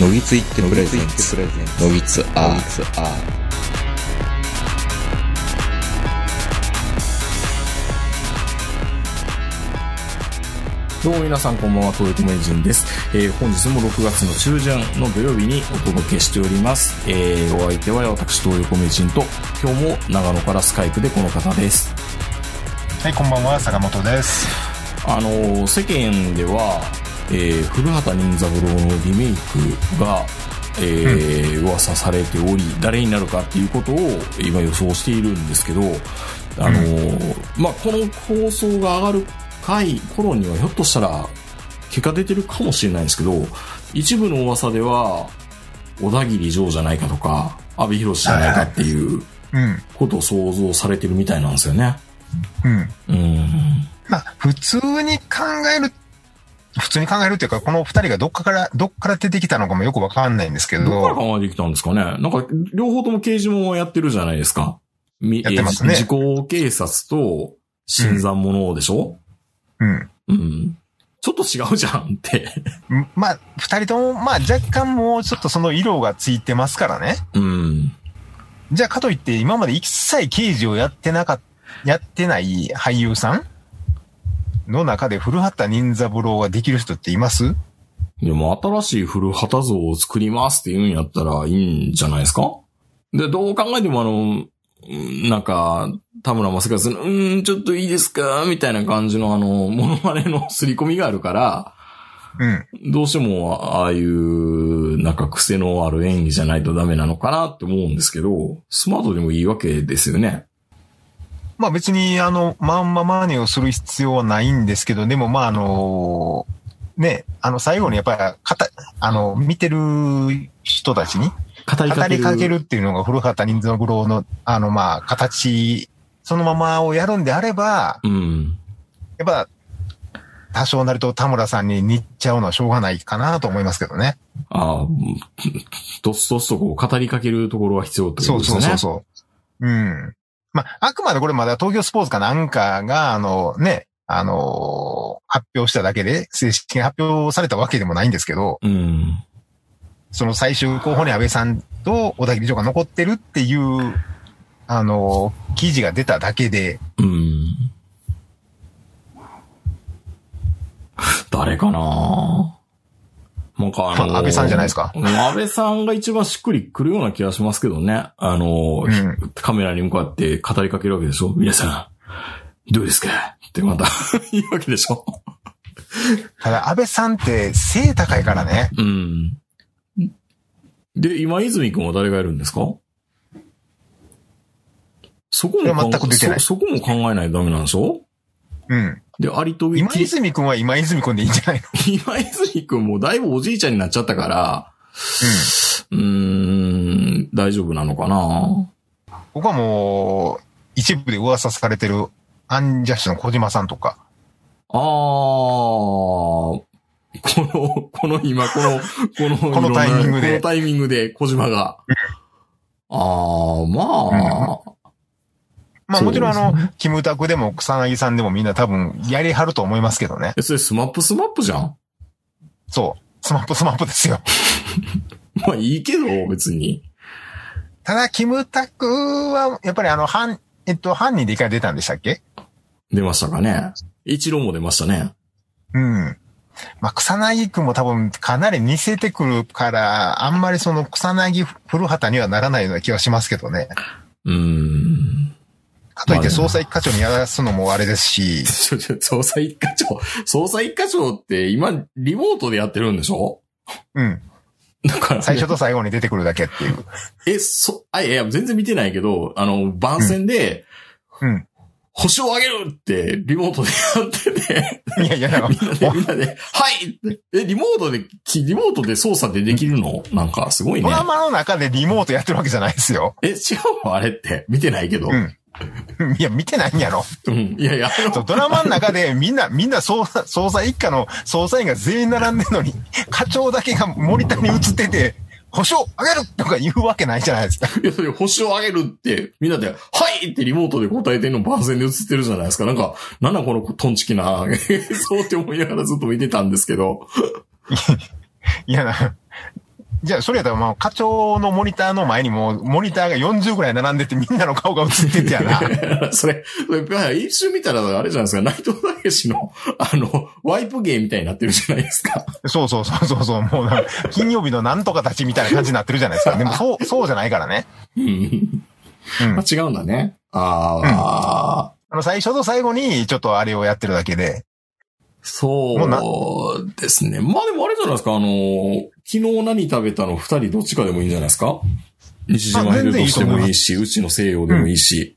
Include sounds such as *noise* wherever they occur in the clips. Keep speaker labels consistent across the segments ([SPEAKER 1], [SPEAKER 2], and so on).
[SPEAKER 1] のぎついってプレゼンツのぎつアーツア
[SPEAKER 2] どうも皆さんこんばんは、東横名人です。えー本日も6月の中旬の土曜日にお届けしております。えーお相手は私、東横名人と、今日も長野からスカイプでこの方です。
[SPEAKER 3] はい、こんばんは、坂本です。
[SPEAKER 2] あのー世間では、えー古畑任三郎のリメイクが、えー噂されており誰になるかっていうことを今予想しているんですけど、あのーまあ、この放送が上がる回頃にはひょっとしたら結果出てるかもしれないんですけど一部の噂では小田切城じゃないかとか阿部寛じゃないかっていう
[SPEAKER 3] うん、
[SPEAKER 2] ことを想像されてるみたいなんですよね。
[SPEAKER 3] うん。
[SPEAKER 2] うん
[SPEAKER 3] まあ、普通に考える、普通に考えるっていうか、この二人がどっかから、どっから出てきたのかもよくわかんないんですけ
[SPEAKER 2] どっから
[SPEAKER 3] ど、
[SPEAKER 2] 考えてきたんですかねなんか、両方とも刑事もんをやってるじゃないですか。み
[SPEAKER 3] やってます
[SPEAKER 2] え
[SPEAKER 3] ね
[SPEAKER 2] ーじ自己警察と、新参者でしょ、
[SPEAKER 3] うん。
[SPEAKER 2] うん、ちょっと違うじゃんって。
[SPEAKER 3] まあ、二人とも、まあ、若干もうちょっとその色がついてますからね。
[SPEAKER 2] うん。
[SPEAKER 3] じゃあ、かといって、今まで一切刑事をやってなかっやってない俳優さんの中で古畑任三郎ができる人っています
[SPEAKER 2] でも、新しい古畑像を作りますって言うんやったらいいんじゃないですかで、どう考えてもあの、うんなんか、田村正和の、うーん、ちょっといいですかみたいな感じのあの、モノマネの刷り込みがあるから、
[SPEAKER 3] うん。
[SPEAKER 2] どうしても、ああいう、なんか癖のある演技じゃないとダメなのかなって思うんですけど、スマートでもいいわけですよね。
[SPEAKER 3] まあ別に、あの、まんま真似をする必要はないんですけど、でもまああの、ね、あの最後にやっぱり、かた、あの、見てる人たちに
[SPEAKER 2] 語り
[SPEAKER 3] 語
[SPEAKER 2] かけ
[SPEAKER 3] り
[SPEAKER 2] る。
[SPEAKER 3] かけるっていうのが古畑任三郎の、あのまあ形、そのままをやるんであれば、
[SPEAKER 2] うん。
[SPEAKER 3] やっぱ、多少なりと田村さんに似っちゃうのはしょうがないかなと思いますけどね。
[SPEAKER 2] ああ、うんどつどつとこう語りかけるところは必要ってこ
[SPEAKER 3] そ
[SPEAKER 2] と
[SPEAKER 3] う
[SPEAKER 2] ですね。
[SPEAKER 3] そうそうそう。うん。まあ、あくまでこれまだ東京スポーツかなんかが、あのね、あのー発表しただけで、正式に発表されたわけでもないんですけど、
[SPEAKER 2] う。うん。
[SPEAKER 3] その最終候補に安倍さんと小田切長が残ってるっていう、あのー記事が出ただけで、
[SPEAKER 2] うん。誰かななんかあの
[SPEAKER 3] まあ安倍さんじゃないですか
[SPEAKER 2] うん安倍さんが一番しっくりくるような気がしますけどね。あの、
[SPEAKER 3] う
[SPEAKER 2] カメラに向かって語りかけるわけでしょ皆さん、どうですかってまた *laughs* 言うわけでしょ
[SPEAKER 3] ただ安倍さんって背高いからね、
[SPEAKER 2] うん。で、今泉くんは誰がいるんですかそこ
[SPEAKER 3] い
[SPEAKER 2] も
[SPEAKER 3] や
[SPEAKER 2] 考え
[SPEAKER 3] 全く出てない
[SPEAKER 2] そそこも考えないとダメなんでしょ
[SPEAKER 3] うん。
[SPEAKER 2] で、有飛
[SPEAKER 3] 今泉くんは今泉くんでいいんじ *laughs* ゃないの
[SPEAKER 2] 今泉くんもだいぶおじいちゃんになっちゃったから、うーん、大丈夫なのかな
[SPEAKER 3] うん。ここはもう、一部で噂されてるアンジャッシュの小島さんとか、
[SPEAKER 2] あー、この、この今、この、この、
[SPEAKER 3] *laughs* このタイミ
[SPEAKER 2] い
[SPEAKER 3] ングで
[SPEAKER 2] ろんなこのタイミングで小島が。あー、まあ、
[SPEAKER 3] まあもちろんあ
[SPEAKER 2] そう
[SPEAKER 3] の、キムタクでも草薙さんでもみんな多分やりはると思いますけどね。
[SPEAKER 2] えそれスマップスマップじゃん *laughs*
[SPEAKER 3] そう。スマップスマップですよ。
[SPEAKER 2] まあいいけど、別に。
[SPEAKER 3] ただ、キムタクは、やっぱりあの、犯、えっと、犯人で一回出たんでしたっけ
[SPEAKER 2] 出ましたかね。一郎も出ましたね。
[SPEAKER 3] うん。まあ、草薙くんも多分かなり似せてくるから、あんまりその草薙古畑にはならないような気はしますけどね。
[SPEAKER 2] うーん。
[SPEAKER 3] かといっ
[SPEAKER 2] まあね
[SPEAKER 3] て捜査一課長にやらすのもあれですし、
[SPEAKER 2] ちょ、ちょ、捜査一課長、捜査一課長って今、リモートでやってるんでしょ
[SPEAKER 3] うん。
[SPEAKER 2] だから、
[SPEAKER 3] 最初と最後に出てくるだけっていう。
[SPEAKER 2] え、そ、あ、いや、全然見てないけど、あの、番宣で、
[SPEAKER 3] うん。
[SPEAKER 2] 星をあげるって、リモートでやってて、
[SPEAKER 3] いやいや、なんか
[SPEAKER 2] みんなで、みんなで、はいってえ、リモートで、きリモートで操作でできるのなんか、すごいね
[SPEAKER 3] ド。ラマの中でリモートやってるわけじゃないですよ。
[SPEAKER 2] え、違うのあれって、見てないけど。
[SPEAKER 3] うん *laughs* いや、見てないんやろ。
[SPEAKER 2] うん。いやいや、あ
[SPEAKER 3] そう
[SPEAKER 2] の、
[SPEAKER 3] ドラマの中でみんな、みんな捜査、捜査一課の捜査員が全員並んでるのに、課長だけがモニターに映ってて、保証あげるとか言うわけないじゃないですか。 *laughs*
[SPEAKER 2] いやそれ星をあげるって、みんなで、はいってリモートで答えてんの番宣で映ってるじゃないですか。なんか、なんだこのトンチキな、 *laughs* そうって思いながらずっと見てたんですけど。
[SPEAKER 3] いやな、じゃあ、それやったら、まあ、課長のモニターの前にも、モニターが40ぐらい並んでて、みんなの顔が映っててやな。
[SPEAKER 2] *laughs* それ、いや一瞬見たらあれじゃないですか、内藤武志の、あの、ワイプ芸みたいになってるじゃないですか。
[SPEAKER 3] そうそうそうそうそう、もうなんか、金曜日のなんとかたちみたいな感じになってるじゃないですか。でも、そう、そうじゃないからね。
[SPEAKER 2] うん。
[SPEAKER 3] うん
[SPEAKER 2] まあ、。違うんだね。ああ、
[SPEAKER 3] あの、最初と最後に、ちょっとあれをやってるだけで。
[SPEAKER 2] そうですね。まあでもあれじゃないですか、あの、昨日何食べたの二人どっちかでもいいんじゃないですか西島ヘルとしてもいいし、うちの西洋でもいいし。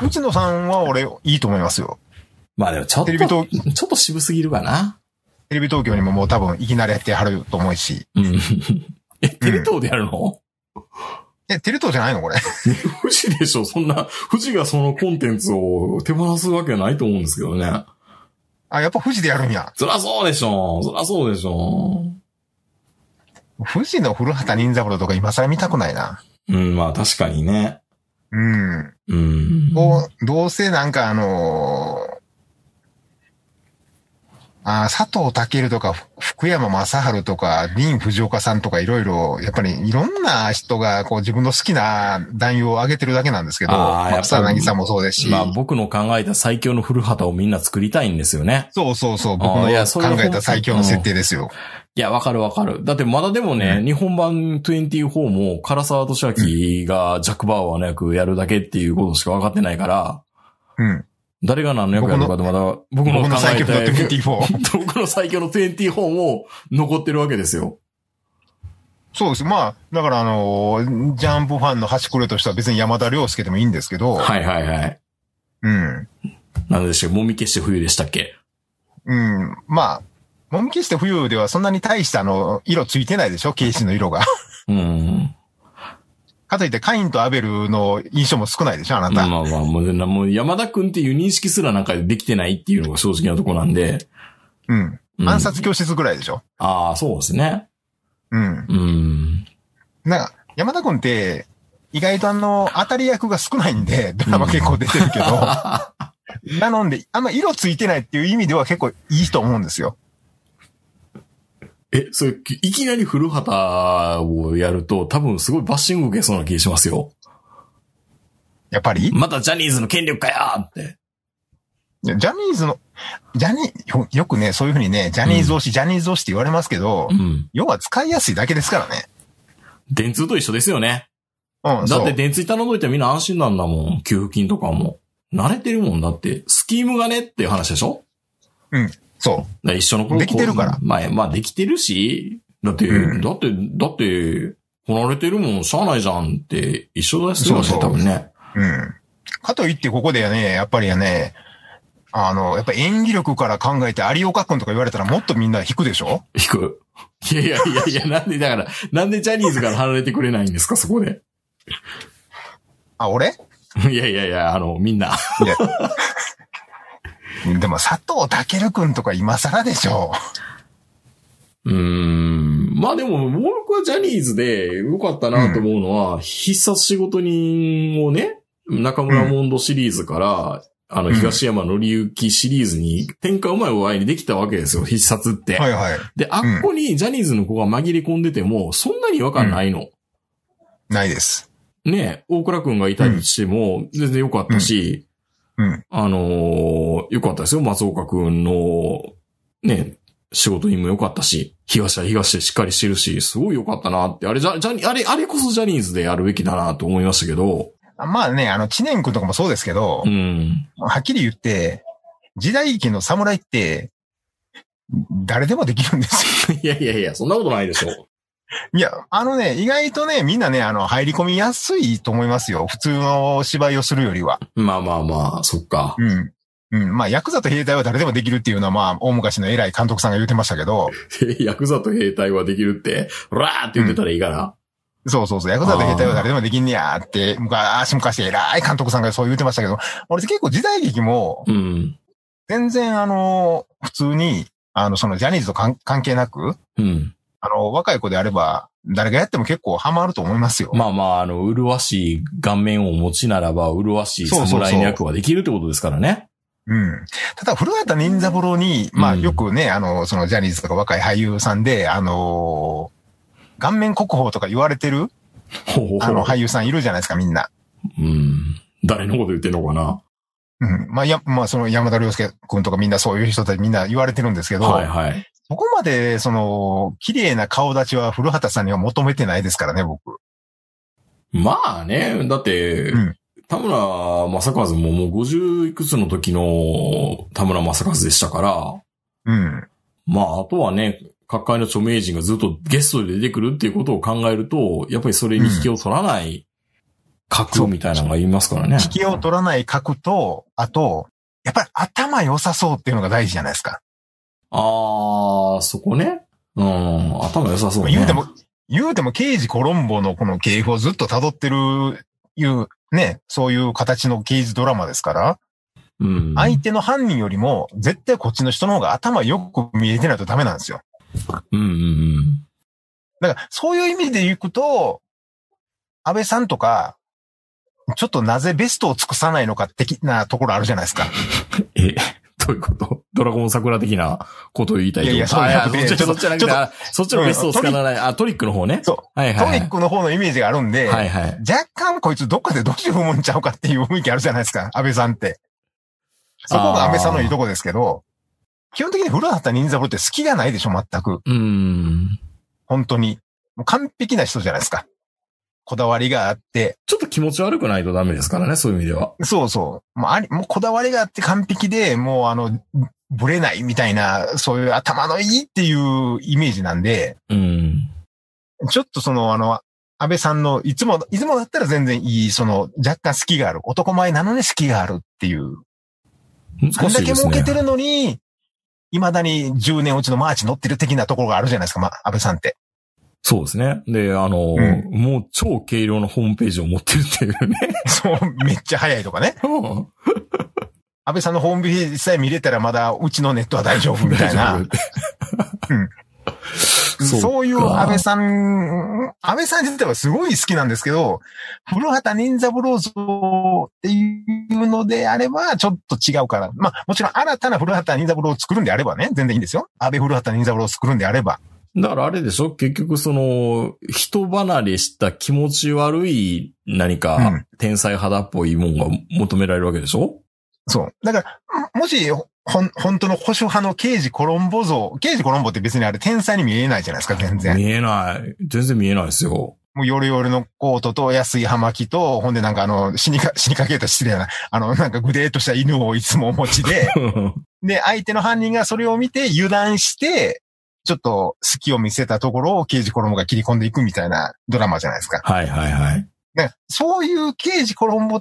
[SPEAKER 3] 内野さんは俺、いいと思いますよ。
[SPEAKER 2] まあでもちょっ
[SPEAKER 3] テレビ
[SPEAKER 2] と、
[SPEAKER 3] 東
[SPEAKER 2] ちょっと渋すぎるかな。
[SPEAKER 3] テレビ東京にももう多分いきなりやってはると思うし。
[SPEAKER 2] うん。 *laughs* え、テレ東でやるの、
[SPEAKER 3] え、テレ東じゃないのこれ。
[SPEAKER 2] 富士でしょそんな、富士がそのコンテンツを手放すわけないと思うんですけどね。
[SPEAKER 3] あ、やっぱ富士でやるんや。
[SPEAKER 2] そらそうでしょそらそうでしょ
[SPEAKER 3] 富士の古畑任三郎とか今更見たくないな。
[SPEAKER 2] うん、まあ確かにね。
[SPEAKER 3] うん。
[SPEAKER 2] うん。
[SPEAKER 3] どう、どうせなんかあのーあー佐藤健とかふ福山雅治とか林藤岡さんとかいろいろ、やっぱりいろんな人がこう自分の好きな男優を上げてるだけなんですけど、
[SPEAKER 2] あーやっぱり
[SPEAKER 3] 草薙さんもそうですし、
[SPEAKER 2] まあ僕の考えた最強の古畑をみんな作りたいんですよね。
[SPEAKER 3] そうそうそう、僕の
[SPEAKER 2] あ
[SPEAKER 3] 考
[SPEAKER 2] ーいやそれは
[SPEAKER 3] えた最強の設定ですよ。
[SPEAKER 2] いや、わかるわかる。だってまだでもね、
[SPEAKER 3] う
[SPEAKER 2] 日本版24も唐沢俊明がジャック・バウアーの役やるだけっていうことしかわかってないから、
[SPEAKER 3] うん。
[SPEAKER 2] 誰が何の役やるのかってまだ僕の
[SPEAKER 3] 僕
[SPEAKER 2] 考
[SPEAKER 3] の最
[SPEAKER 2] え
[SPEAKER 3] 強
[SPEAKER 2] た
[SPEAKER 3] の24。
[SPEAKER 2] 僕の最強 *laughs* の24も残ってるわけですよ。
[SPEAKER 3] そうです。まあ、だからあのージャンプファンの端くれとしては別に山田涼介でもいいんですけど、
[SPEAKER 2] はいはいはい。
[SPEAKER 3] うん。
[SPEAKER 2] なんでしょう、もみ消して冬でしたっけ
[SPEAKER 3] うん。まあ、もみ消して冬ではそんなに大したあの、色ついてないでしょ軽視の色
[SPEAKER 2] *laughs*
[SPEAKER 3] が。
[SPEAKER 2] うん。
[SPEAKER 3] かといってカインとアベルの印象も少ないでしょあな
[SPEAKER 2] ま
[SPEAKER 3] た。
[SPEAKER 2] あまあ、もうなもう山田くんっていう認識すらなんかできてないっていうのが正直なとこなんで。
[SPEAKER 3] うん。
[SPEAKER 2] うん
[SPEAKER 3] 暗殺教室ぐらいでしょ
[SPEAKER 2] ああ、そうですね。
[SPEAKER 3] うん。
[SPEAKER 2] うん。
[SPEAKER 3] なんか、山田くんって、意外とあの、当たり役が少ないんで、ドラマ結構出てるけ
[SPEAKER 2] *laughs*
[SPEAKER 3] ど、なので、あんま色ついてないっていう意味では結構いいと思うんですよ。
[SPEAKER 2] え、それ、きいきなり古畑をやると多分すごいバッシング受けそうな気がしますよ。
[SPEAKER 3] やっぱり
[SPEAKER 2] またジャニーズの権力かよって。
[SPEAKER 3] いやジャニーズの、ジャニよ、よくね、そういうふうにね、ジャニーズ推し、ジャニーズ推しって言われますけど、
[SPEAKER 2] うん。
[SPEAKER 3] 要は使いやすいだけですからね。
[SPEAKER 2] 電通と一緒ですよね。
[SPEAKER 3] うん、
[SPEAKER 2] だ
[SPEAKER 3] そ
[SPEAKER 2] っ
[SPEAKER 3] う
[SPEAKER 2] て電通頼んどいたらみんな安心なんだもん。給付金とかも。慣れてるもんだって。スキームがねっていう話でしょ
[SPEAKER 3] そ
[SPEAKER 2] だから一緒の頃
[SPEAKER 3] できてるから
[SPEAKER 2] まあ、まあ、できてるし、だって、
[SPEAKER 3] うん
[SPEAKER 2] だって、だって、こなれてるもん、しゃあないじゃんって、一緒だし、
[SPEAKER 3] そうそう
[SPEAKER 2] 多分ね。
[SPEAKER 3] う。うん。かといって、ここでね、やっぱりね、あの、やっぱ演技力から考えて、有岡君とか言われたらもっとみんな引くでしょ
[SPEAKER 2] 引く。いやいやいやいや、なんで、だから、なんでジャニーズから離れてくれないんですか、そこで。
[SPEAKER 3] あ、俺
[SPEAKER 2] いやいやいや、あの、みんな。
[SPEAKER 3] *laughs* でも、佐藤健君とか今更でしょ
[SPEAKER 2] うーん。まあでも、僕はジャニーズで良かったなと思うのは、必殺仕事人をね、中村モンドシリーズから、あの、
[SPEAKER 3] うん
[SPEAKER 2] 東山紀之シリーズに、転換うまいお合いにできたわけですよ、必殺って。
[SPEAKER 3] はいはい。
[SPEAKER 2] で、あっこにジャニーズの子が紛れ込んでても、そんなに違和感ないの。
[SPEAKER 3] ないです。
[SPEAKER 2] ねえ、大倉くんがいたりしても、全然良かったし、
[SPEAKER 3] うん。
[SPEAKER 2] あのー良かったですよ、松岡くんの、ねえ、仕事にも良かったし、東は東でしっかりしてるし、すごい良かったなって、あれ、じゃ、ジャニあれ、あれこそジャニーズでやるべきだなと思いましたけど、
[SPEAKER 3] あまあね、あの、知念君とかもそうですけど
[SPEAKER 2] う、ん。
[SPEAKER 3] はっきり言って、時代劇の侍って、誰でもできるんですよ
[SPEAKER 2] *laughs* いやいやいや、そんなことないでし *laughs* ょ。
[SPEAKER 3] いや、あのね、意外とね、みんなね、あの、入り込みやすいと思いますよ。普通の芝居をするよりは。
[SPEAKER 2] まあまあまあ、そっか。 *laughs*
[SPEAKER 3] うん。うん。まあ、ヤクザと兵隊は誰でもできるっていうのは、まあ、大昔の偉い監督さんが言ってましたけど、
[SPEAKER 2] ヤクザと兵隊はできるって、らーって言ってたらいいから。
[SPEAKER 3] そうそうそう、ヤクザと兵隊は誰でもできんねやって、昔、昔偉い監督さんがそう言ってましたけど、俺結構時代劇も、
[SPEAKER 2] うん。
[SPEAKER 3] 全然あの、普通に、あの、そのジャニーズと関関係なく、
[SPEAKER 2] うん。
[SPEAKER 3] あの、若い子であれば、誰がやっても結構ハマると思いますよ。
[SPEAKER 2] まあまあ、あの、麗しい顔面をお持ちならば、麗しい侍の役はできるってことですからね。
[SPEAKER 3] うん。ただ、古畑任三郎に、まあ、
[SPEAKER 2] うん
[SPEAKER 3] よくね、あの、そのジャニーズとか若い俳優さんで、あの顔面国宝とか言われてる、
[SPEAKER 2] ほうほう
[SPEAKER 3] あ
[SPEAKER 2] ほ
[SPEAKER 3] の、
[SPEAKER 2] う。
[SPEAKER 3] 俳優さんいるじゃないですか、みんな。
[SPEAKER 2] うん。誰のこと言ってんのかな
[SPEAKER 3] うん。まあ、や、まあ、その山田涼介くんとかみんなそういう人たちみんな言われてるんですけど、
[SPEAKER 2] はいはい。
[SPEAKER 3] そこまで、その、綺麗な顔立ちは古畑さんには求めてないですからね、僕。
[SPEAKER 2] まあね、だって、
[SPEAKER 3] うん
[SPEAKER 2] 田村正和ももう50いくつの時の田村正和でしたから、
[SPEAKER 3] うん。
[SPEAKER 2] まああとはね、各界の著名人がずっとゲストで出てくるっていうことを考えると、やっぱりそれに引きを取らない格みたいなのがいますからね。
[SPEAKER 3] 引きを取らない格と、あと、やっぱり頭良さそうっていうのが大事じゃないですか。
[SPEAKER 2] あー、そこね。うん、頭良さそうね。
[SPEAKER 3] 言うても、言うても刑事コロンボのこの系譜をずっと辿ってる、いう、ね、そういう形の刑事ドラマですから、
[SPEAKER 2] うん。
[SPEAKER 3] 相手の犯人よりも、絶対こっちの人の方が頭よく見えてないとダメなんですよ。
[SPEAKER 2] うんうんうん。
[SPEAKER 3] だから、そういう意味で行くと、安倍さんとか、ちょっとなぜベストを尽くさないのか的なところあるじゃないですか。
[SPEAKER 2] え、 *laughs* どういうことドラゴン桜的なことを言いたいってこと
[SPEAKER 3] いやいやそうじゃなくて
[SPEAKER 2] あいやそっち
[SPEAKER 3] ちょ
[SPEAKER 2] そ
[SPEAKER 3] っ
[SPEAKER 2] っち
[SPEAKER 3] と
[SPEAKER 2] じゃなくて
[SPEAKER 3] ちょ
[SPEAKER 2] あそっちのベストを使わない。あ、トリックの方ね。
[SPEAKER 3] そ
[SPEAKER 2] はいはい
[SPEAKER 3] ト
[SPEAKER 2] はい。
[SPEAKER 3] リックの方のイメージがあるんで、
[SPEAKER 2] はいはい。
[SPEAKER 3] 若干こいつどっかでどっち踏むんちゃうかっていう雰囲気あるじゃないですか、安倍さんって。そこが安倍さんのいいとこですけど、基本的に古畑任三郎って好きがないでしょ、全く。
[SPEAKER 2] うん。
[SPEAKER 3] 本当に。もう完璧な人じゃないですか。こだわりがあって、
[SPEAKER 2] ちょっと気持ち悪くないとダメですからね、そういう意味では。
[SPEAKER 3] そうそう。もうあり、もうこだわりがあって完璧で、もうあの、ぶれないみたいな、そういう頭のいいっていうイメージなんで、
[SPEAKER 2] うん。
[SPEAKER 3] ちょっとそのあの、安倍さんの、いつも、いつもだったら全然いい、その、若干好きがある。男前なのに好きがあるっていう。あ
[SPEAKER 2] 難
[SPEAKER 3] ん
[SPEAKER 2] し
[SPEAKER 3] だ
[SPEAKER 2] い
[SPEAKER 3] け
[SPEAKER 2] です
[SPEAKER 3] 儲
[SPEAKER 2] ね
[SPEAKER 3] け。てるのに、未だに10年落ちのマーチ乗ってる的なところがあるじゃないですか、まあ、安倍さんって。 *laughs*
[SPEAKER 2] そうですね。で、あの、
[SPEAKER 3] うん
[SPEAKER 2] もう超軽量のホームページを持ってるっていうね。
[SPEAKER 3] そう、めっちゃ早いとかね。安倍さんのホームページさえ見れたらまだうちのネットは大丈 *laughs* 夫みたい
[SPEAKER 2] *laughs* 大
[SPEAKER 3] な
[SPEAKER 2] 丈。夫
[SPEAKER 3] そ
[SPEAKER 2] *laughs*
[SPEAKER 3] う
[SPEAKER 2] そう
[SPEAKER 3] いう
[SPEAKER 2] か
[SPEAKER 3] 安倍さん、安倍さん自体はすごい好きなんですけど、古畑任三郎像っていうのであればちょっと違うから。まあもちろん新たな古畑任三郎を作るんであればね、全然いいんですよ。安倍古畑任三郎を作るんであれば。
[SPEAKER 2] だからあれでしょ結局その、人離れした気持ち悪い何
[SPEAKER 3] う
[SPEAKER 2] か
[SPEAKER 3] ん、
[SPEAKER 2] 天才肌っぽいもんが求められるわけでしょ
[SPEAKER 3] そう。だから、ももし、ほん、本当の保守派の刑事コロンボ像、刑事コロンボって別にあれ天才に見えないじゃないですか、全然。
[SPEAKER 2] 見えない。全然見えないですよ。 *laughs*
[SPEAKER 3] もう夜々のコートと安い葉巻と、ほんでなんかあの、死にか、死にかけた失礼やな、あの、なんかグデーとした犬をいつもお持ちで、で、相手の犯人がそれを見て油断して、ちょっと隙を見せたところを刑事コロンボが切り込んでいくみたいなドラマじゃないですか。
[SPEAKER 2] はいはいはい。
[SPEAKER 3] だからそういう刑事コロンボ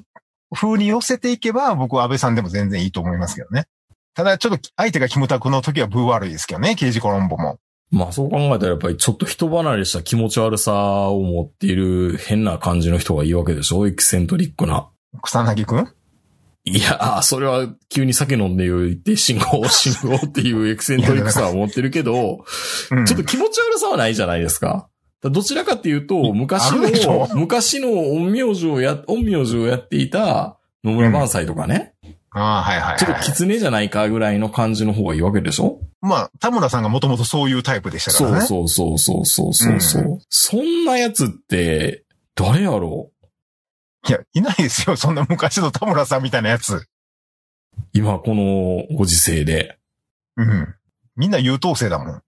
[SPEAKER 3] 風に寄せていけば、僕は安倍さんでも全然いいと思いますけどね。ただちょっと相手がキムタクの時はブー悪いですけどね、刑事コロンボも。
[SPEAKER 2] まあそう考えたらやっぱりちょっと人離れした気持ち悪さを持っている変な感じの人がいいわけでしょエキセントリックな。
[SPEAKER 3] 草薙くん
[SPEAKER 2] いやー、それは急に酒飲んで言って、信号、信号っていうエキセントリックさは持ってるけど、
[SPEAKER 3] うん
[SPEAKER 2] ちょっと気持ち悪さはないじゃないですか。だどちらかっていうと、昔
[SPEAKER 3] あるでし
[SPEAKER 2] の
[SPEAKER 3] ょ、
[SPEAKER 2] 昔の陰陽師をや、陰陽師をやっていた野村萬斎とかね、
[SPEAKER 3] ああ、はいはい、はい。
[SPEAKER 2] ちょっと狐じゃないかぐらいの感じの方がいいわけでしょ
[SPEAKER 3] まあ、田村さんがもともとそういうタイプでしたから
[SPEAKER 2] そ
[SPEAKER 3] ね。
[SPEAKER 2] うそうそうそうそうそうそう、そんなやつって、誰やろう
[SPEAKER 3] いや、いないですよ。 *laughs* そんな昔の田村さんみたいなやつ。
[SPEAKER 2] 今このご時世で。
[SPEAKER 3] うん。みんな優等生だもん。だ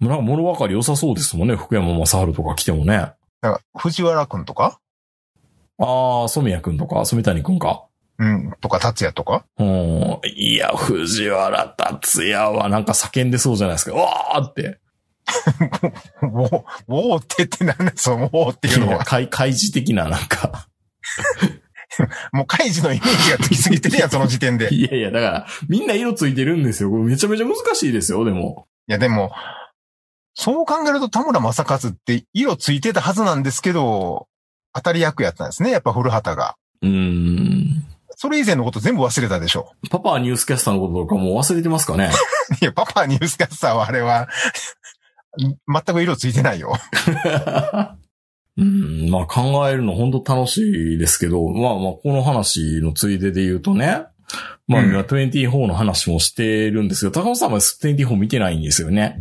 [SPEAKER 2] なんか物分かり良さそうですもんね、福山雅治とか来てもね。
[SPEAKER 3] から、藤原くんとか
[SPEAKER 2] ああ、染谷くんとか、染谷くんか。
[SPEAKER 3] うん。とか、達也とか
[SPEAKER 2] うん。いや、藤原達也はなんか叫んでそうじゃないですか。うわーって。
[SPEAKER 3] もう、もうってってなんだ、その、もうっていうのは。
[SPEAKER 2] 開、開示的ななんか。
[SPEAKER 3] もう、カイジのイメージがつきすぎてるやん、その時点で。い
[SPEAKER 2] いやいや、だから、みんな色ついてるんですよ。これめちゃめちゃ難しいですよ、でも。
[SPEAKER 3] や、でも、そう考えると田村正和って色ついてたはずなんですけど、当たり役やったんですね、やっぱ古畑が。
[SPEAKER 2] うーん。
[SPEAKER 3] それ以前のこと全部忘れたでしょ。
[SPEAKER 2] パパはニュースキャスターのこととかもう忘れてますかね
[SPEAKER 3] いや、パパニュースキャスターはあれは、 *laughs* 全く色ついてないよ。
[SPEAKER 2] *laughs* うん、まあ考えるの本当楽しいですけど、まあまあこの話のついでで言うとね、まあ
[SPEAKER 3] うん
[SPEAKER 2] 今24の話もしてるんですけど、高野さんは24見てないんですよね。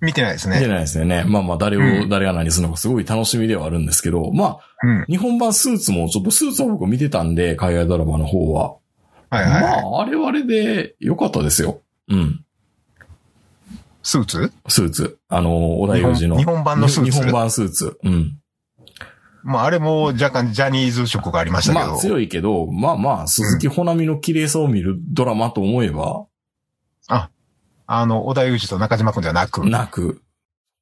[SPEAKER 3] 見てないです
[SPEAKER 2] じゃ
[SPEAKER 3] ね。
[SPEAKER 2] ないですよね。まあまあ、誰
[SPEAKER 3] う
[SPEAKER 2] を、
[SPEAKER 3] ん
[SPEAKER 2] 誰が何するのかすごい楽しみではあるんですけど、まあ、
[SPEAKER 3] うん。
[SPEAKER 2] 日本版スーツも、ちょっとスーツは僕見てたんで、海外ドラマの方は。
[SPEAKER 3] はいはい
[SPEAKER 2] ま
[SPEAKER 3] はい。
[SPEAKER 2] あ、あれはあれで良かったですよ。うん。
[SPEAKER 3] スーツ
[SPEAKER 2] スーツ。あの、小田裕二の。
[SPEAKER 3] 日本日本版のスーツ
[SPEAKER 2] 日本版スーツ。うん。
[SPEAKER 3] まあ、あれも若干ジャニーズ色がありましたけど。
[SPEAKER 2] まあ強いけど、まあまあ、鈴木ほなみの綺麗さを見るドラマと思えば、
[SPEAKER 3] あの、小田裕二と中島くんではなく。
[SPEAKER 2] なく、
[SPEAKER 3] うん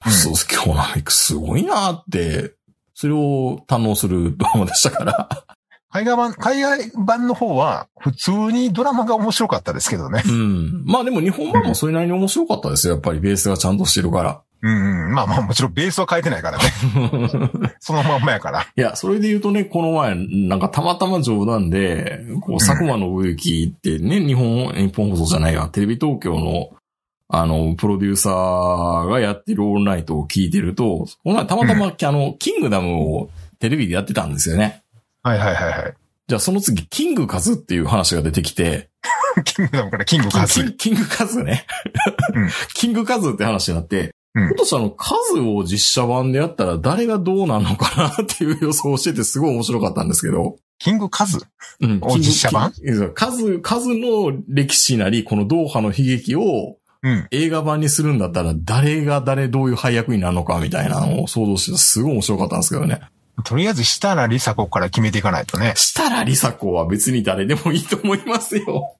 [SPEAKER 2] 鈴木ほなみすごいなって、それを堪能するドラマでしたから。
[SPEAKER 3] 海外版、海外版の方は、普通にドラマが面白かったですけどね。
[SPEAKER 2] うん。まあでも日本版もそれなりに面白かったですよ。やっぱりベースがちゃんとしてるから。 *laughs*
[SPEAKER 3] うんうん。まあまあ、もちろんベースは変えてないからね。 *laughs* そのまんまやから。
[SPEAKER 2] いや、それで言うとね、この前、なんかたまたま冗談で、こう、佐久間信之ってね、日本、日本放送じゃないわ、テレビ東京の、あの、プロデューサーがやってるオールナイトを聞いてると、この前たまたま、あの、キングダムをテレビでやってたんですよね。
[SPEAKER 3] はいはいはいはい。
[SPEAKER 2] じゃあその次、キングカズっていう話が出てきて、
[SPEAKER 3] *laughs* キングダムからキングカズ
[SPEAKER 2] キン
[SPEAKER 3] イ。
[SPEAKER 2] キングカズね *laughs*
[SPEAKER 3] うん。
[SPEAKER 2] キングカズって話になって、
[SPEAKER 3] うん
[SPEAKER 2] 今年あの、カズを実写版でやったら誰がどうなのかなっていう予想をしててすごい面白かったんですけど。
[SPEAKER 3] キングカズ
[SPEAKER 2] うん。
[SPEAKER 3] お実写版
[SPEAKER 2] キングキングカズ、カズの歴史なり、このドーハの悲劇を
[SPEAKER 3] うん。
[SPEAKER 2] 映画版にするんだったら誰が誰どういう配役になるのかみたいなのを想像してすごい面白かったんですけどね。
[SPEAKER 3] とりあえず、設楽梨紗子から決めていかないとね。
[SPEAKER 2] したらリサ子は別に誰でもいいと思いますよ。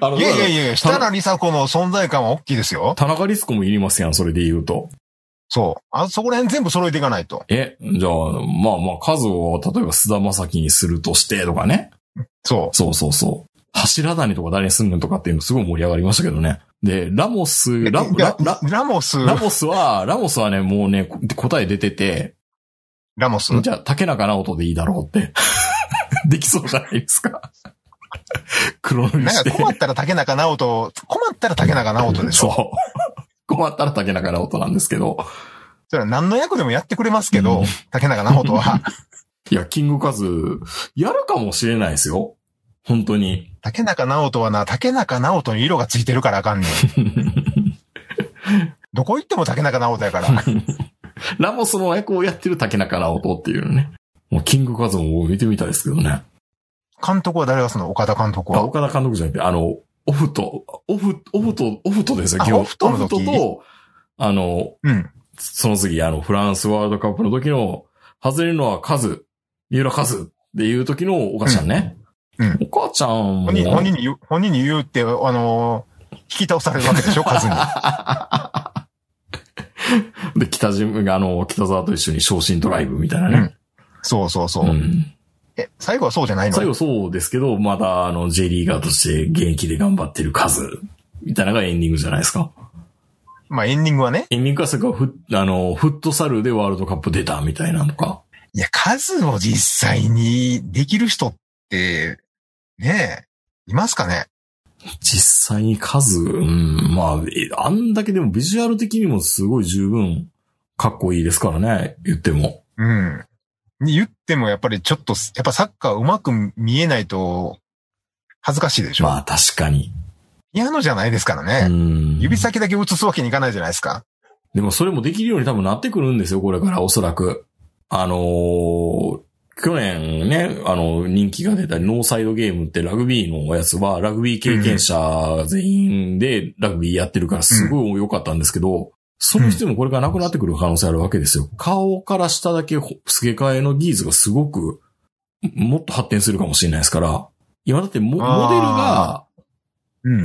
[SPEAKER 2] あの
[SPEAKER 3] いやいやいやいや、
[SPEAKER 2] た
[SPEAKER 3] 設楽梨紗子の存在感は大きいですよ。
[SPEAKER 2] 田中律子もいりますやん、それで言うと。
[SPEAKER 3] そう。あそこら辺全部揃えていかないと。
[SPEAKER 2] え、じゃあ、まあまあ、数を、例えば、菅田将暉にするとして、とかね。
[SPEAKER 3] そ
[SPEAKER 2] そうそうそう。柱谷とか誰にすんのとかっていうのすごい盛り上がりましたけどね。で、ラモス、
[SPEAKER 3] う。
[SPEAKER 2] ラ、ラ
[SPEAKER 3] ラ、ララモス、
[SPEAKER 2] ラモスは、ラモスはね、もうね、こ答え出てて、
[SPEAKER 3] ラモス。
[SPEAKER 2] じゃあ、竹中直人でいいだろうって。 *laughs* できそうじゃないですか。黒塗り
[SPEAKER 3] な
[SPEAKER 2] し
[SPEAKER 3] ん
[SPEAKER 2] て。
[SPEAKER 3] か困ったら竹中直人、困ったら竹中直人でしょ。
[SPEAKER 2] そう。困ったら竹中直人なんですけど。
[SPEAKER 3] それは何の役でもやってくれますけど、
[SPEAKER 2] うん
[SPEAKER 3] 竹中直人は、
[SPEAKER 2] いや、キングカズ、やるかもしれないですよ。本当に。
[SPEAKER 3] 竹中直人はな、竹中直人に色がついてるからあかんねん。
[SPEAKER 2] *laughs*
[SPEAKER 3] どこ行っても竹中直人やから。
[SPEAKER 2] ラモスの役をやってる竹中直人っていうね。もうキングカズも見てみたいですけどね。
[SPEAKER 3] 監督は誰がすんの岡田監督
[SPEAKER 2] あ
[SPEAKER 3] は。
[SPEAKER 2] 岡田監督じゃなくて、あの、オフと、オフ、オフと、オフとですよ、
[SPEAKER 3] あ
[SPEAKER 2] 今日。
[SPEAKER 3] オフトの時
[SPEAKER 2] オフトと、あの、
[SPEAKER 3] うん。
[SPEAKER 2] その次、あの、フランスワールドカップの時の、外れるのはカズ、三浦カズっていう時のお母ちゃんね。
[SPEAKER 3] うんうん
[SPEAKER 2] お母ちゃんも
[SPEAKER 3] 本人本人に言う、本人に言うって、あのー引き倒されるわけでしょ、数に。
[SPEAKER 2] で、北島が、あの、北沢と一緒に昇進ドライブみたいなね。
[SPEAKER 3] そうそうそう。
[SPEAKER 2] うん
[SPEAKER 3] え、最後はそうじゃないの
[SPEAKER 2] 最後そうですけど、まだあの、J リーガーとして現役で頑張ってる数、みたいなのがエンディングじゃないですか。
[SPEAKER 3] まあエンディングはね。
[SPEAKER 2] エンディングはそれからフッ、あの、フットサルでワールドカップ出たみたいなのか。
[SPEAKER 3] いや、数を実際にできる人って、ねえ、いますかね
[SPEAKER 2] 実際に数、うん、まあ、えあんだけでもビジュアル的にもすごい十分かっこいいですからね、言っても。
[SPEAKER 3] うん。に言ってもやっぱりちょっと、やっぱサッカーうまく見えないと恥ずかしいでしょ。
[SPEAKER 2] まあ確かに。
[SPEAKER 3] ピアノじゃないですから
[SPEAKER 2] う
[SPEAKER 3] ね。
[SPEAKER 2] ん。
[SPEAKER 3] 指先だけ映すわけにいかないじゃないですか。
[SPEAKER 2] でもそれもできるように多分なってくるんですよ、これから、おそらく。あのー去年ね、あの、人気が出たノーサイドゲームってラグビーのやつは、ラグビー経験者全員でラグビーやってるからすごい良かったんですけど、その人もこれからなくなってくる可能性あるわけですよ。顔から下だけほ付け替えの技術がすごく、もっと発展するかもしれないですから、今だってモモデルが
[SPEAKER 3] あ、うん。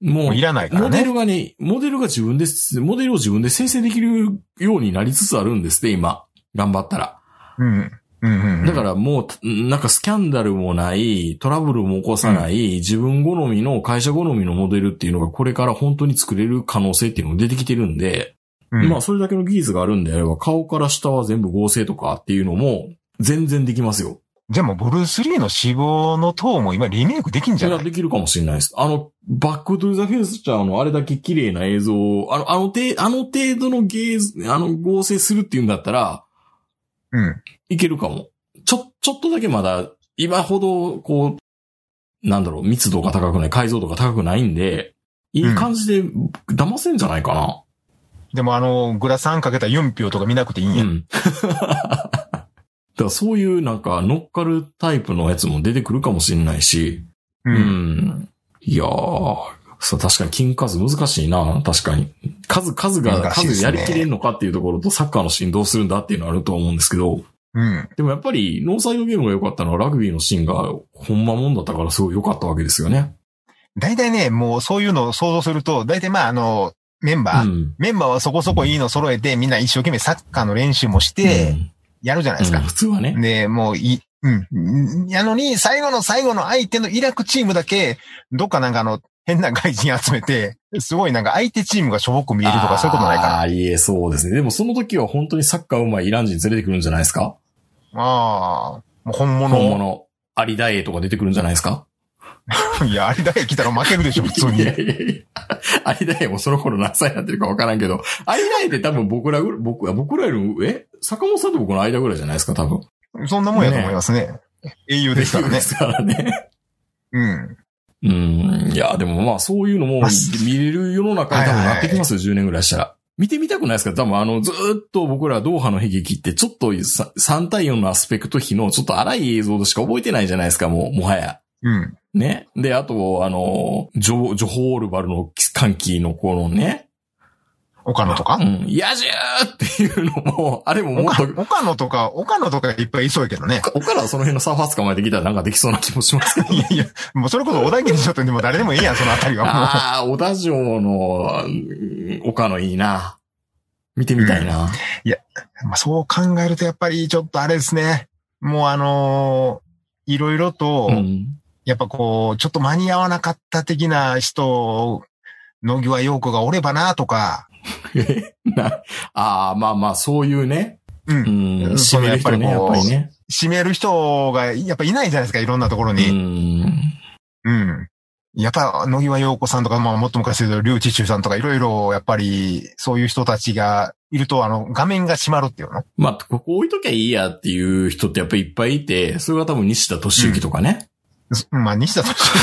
[SPEAKER 2] も
[SPEAKER 3] も
[SPEAKER 2] う
[SPEAKER 3] ういらないから
[SPEAKER 2] モデ
[SPEAKER 3] ね。
[SPEAKER 2] ルがね、モデルが自分で、モデルを自分で生成できるようになりつつあるんですって、今。頑張ったら。
[SPEAKER 3] うん。うんうん。
[SPEAKER 2] だからもう、なんかスキャンダルもない、トラブルも起こさない、自分好みの、会社好みのモデルっていうのがこれから本当に作れる可能性っていうのが出てきてるんで、
[SPEAKER 3] ら、うん
[SPEAKER 2] まあそれだけの技術があるんであれば、顔から下は全部合成とかっていうのも、全然できますよ。
[SPEAKER 3] じゃあもうブルース・リーの死亡の塔も今リメイクできんじ
[SPEAKER 2] そ
[SPEAKER 3] ゃ
[SPEAKER 2] れ
[SPEAKER 3] な
[SPEAKER 2] はいできるかもしれないです。あの、バックトゥザフューチャーのあれだけ綺麗な映像を、あの、あの程あの程度のゲーズ、あの、合成するっていうんだったら、
[SPEAKER 3] うん。
[SPEAKER 2] いけるかも。ちょ、ちょっとだけまだ、今ほど、こう、なんだろう、密度が高くない、解像度が高くないんで、いい感じで、騙せんじゃないかな。
[SPEAKER 3] でもあの、グラサンかけたユンピョウとか見なくていいんや。
[SPEAKER 2] うん。 *laughs* だからそういうなんか乗っかるタイプのやつも出てくるかもしれないし。
[SPEAKER 3] う。
[SPEAKER 2] うんん。いやー。そう、確かに金数難しいな。確かに。数、数が、
[SPEAKER 3] 難しいです
[SPEAKER 2] 数
[SPEAKER 3] ね
[SPEAKER 2] やりきれんのかっていうところとサッカーのシーンどうするんだっていうのはあると思うんですけど。
[SPEAKER 3] うん。
[SPEAKER 2] でもやっぱりノーサイドゲームが良かったのはラグビーのシーンがほんまもんだったからすごい良かったわけですよね。
[SPEAKER 3] 大体ね、もうそういうのを想像すると、大体まああの、メンバー、
[SPEAKER 2] うん。
[SPEAKER 3] メンバーはそこそこいいの揃えて、みんな一生懸命サッカーの練習もして、やるじゃないです
[SPEAKER 2] う
[SPEAKER 3] か
[SPEAKER 2] ん、。普通はね。
[SPEAKER 3] で、もうい、うん。やのに、最後の最後の相手のイラクチームだけ、どっかなんかあの、変な外人集めて、すごいなんか相手チームがしょぼく見えるとか、そういうことないか
[SPEAKER 2] あ
[SPEAKER 3] な。
[SPEAKER 2] あ、いえ、そうですね。でもその時は本当にサッカー上手いイラン人連れてくるんじゃないですか
[SPEAKER 3] ああ、もう本物。
[SPEAKER 2] 本物。アリダイエとか出てくるんじゃないですか
[SPEAKER 3] いや、あれだけ来たら負けるでしょ、普通
[SPEAKER 2] い
[SPEAKER 3] に。
[SPEAKER 2] やいやいや。アリダイエもその頃何歳になってるかわからんけど、アリダイエって多分僕らぐ、僕、僕らよりも、え坂本さんと僕の間ぐらいじゃないですか多分。
[SPEAKER 3] そんなもんやと思いますね。英雄ですから
[SPEAKER 2] で
[SPEAKER 3] ね。
[SPEAKER 2] すからね。
[SPEAKER 3] うん。
[SPEAKER 2] うん。いや、でもまあそういうのも
[SPEAKER 3] まあす
[SPEAKER 2] 見れる世の中に多分なってきますよ、10年ぐらいしたら。見てみたくないですか多分あの、ずーっと僕らドーハの悲劇ってちょっとさ3対4のアスペクト比のちょっと荒い映像でしか覚えてないじゃないですか、もう、もはや。
[SPEAKER 3] うん。
[SPEAKER 2] ね。で、あと、あの、ジョ、ジョホールバルの歓喜のこのね、
[SPEAKER 3] 岡野と
[SPEAKER 2] う
[SPEAKER 3] か
[SPEAKER 2] ん、野獣っていうのも、あれももっ
[SPEAKER 3] 岡
[SPEAKER 2] と、
[SPEAKER 3] 岡野とか、岡野とかいっぱいいそうやけどね。
[SPEAKER 2] おからはその辺のサーファー捕まえてきたらなんかできそうな気もしますけど。
[SPEAKER 3] いやいや、もうそれこそ小田切にしょってでも誰でもいいやん、そのあたりは。もう
[SPEAKER 2] ああ、 *laughs* 小田城の、うん岡野いいな。見てみたいな。
[SPEAKER 3] まあ、そう考えるとやっぱりちょっとあれですね。もうあのーいろいろと、
[SPEAKER 2] うん。 *laughs*
[SPEAKER 3] やっぱこう、ちょっと間に合わなかった的な人、野際陽子がおればなとか、
[SPEAKER 2] えなああ、まあまあ、そういうね。
[SPEAKER 3] う、
[SPEAKER 2] うんん。
[SPEAKER 3] そ
[SPEAKER 2] 締
[SPEAKER 3] の
[SPEAKER 2] める人ね、
[SPEAKER 3] や
[SPEAKER 2] や
[SPEAKER 3] っ
[SPEAKER 2] っ
[SPEAKER 3] ぱ
[SPEAKER 2] ぱ
[SPEAKER 3] りこう
[SPEAKER 2] りね。
[SPEAKER 3] 締める人がやっぱいないじゃないですか、いろんなところ
[SPEAKER 2] う
[SPEAKER 3] に。
[SPEAKER 2] ん。
[SPEAKER 3] うん。やっぱ、野際陽子さんとか、まあ、もっと昔で言うと、リュウチチュウさんとか、いろいろ、やっぱり、そういう人たちがいると、あの、画面が閉まるっていうの
[SPEAKER 2] まあ、ここ置いときゃいいやっていう人ってやっぱりいっぱいいて、それが多分西田敏行とかね。
[SPEAKER 3] すまあ、西
[SPEAKER 2] *laughs*
[SPEAKER 3] 田敏行。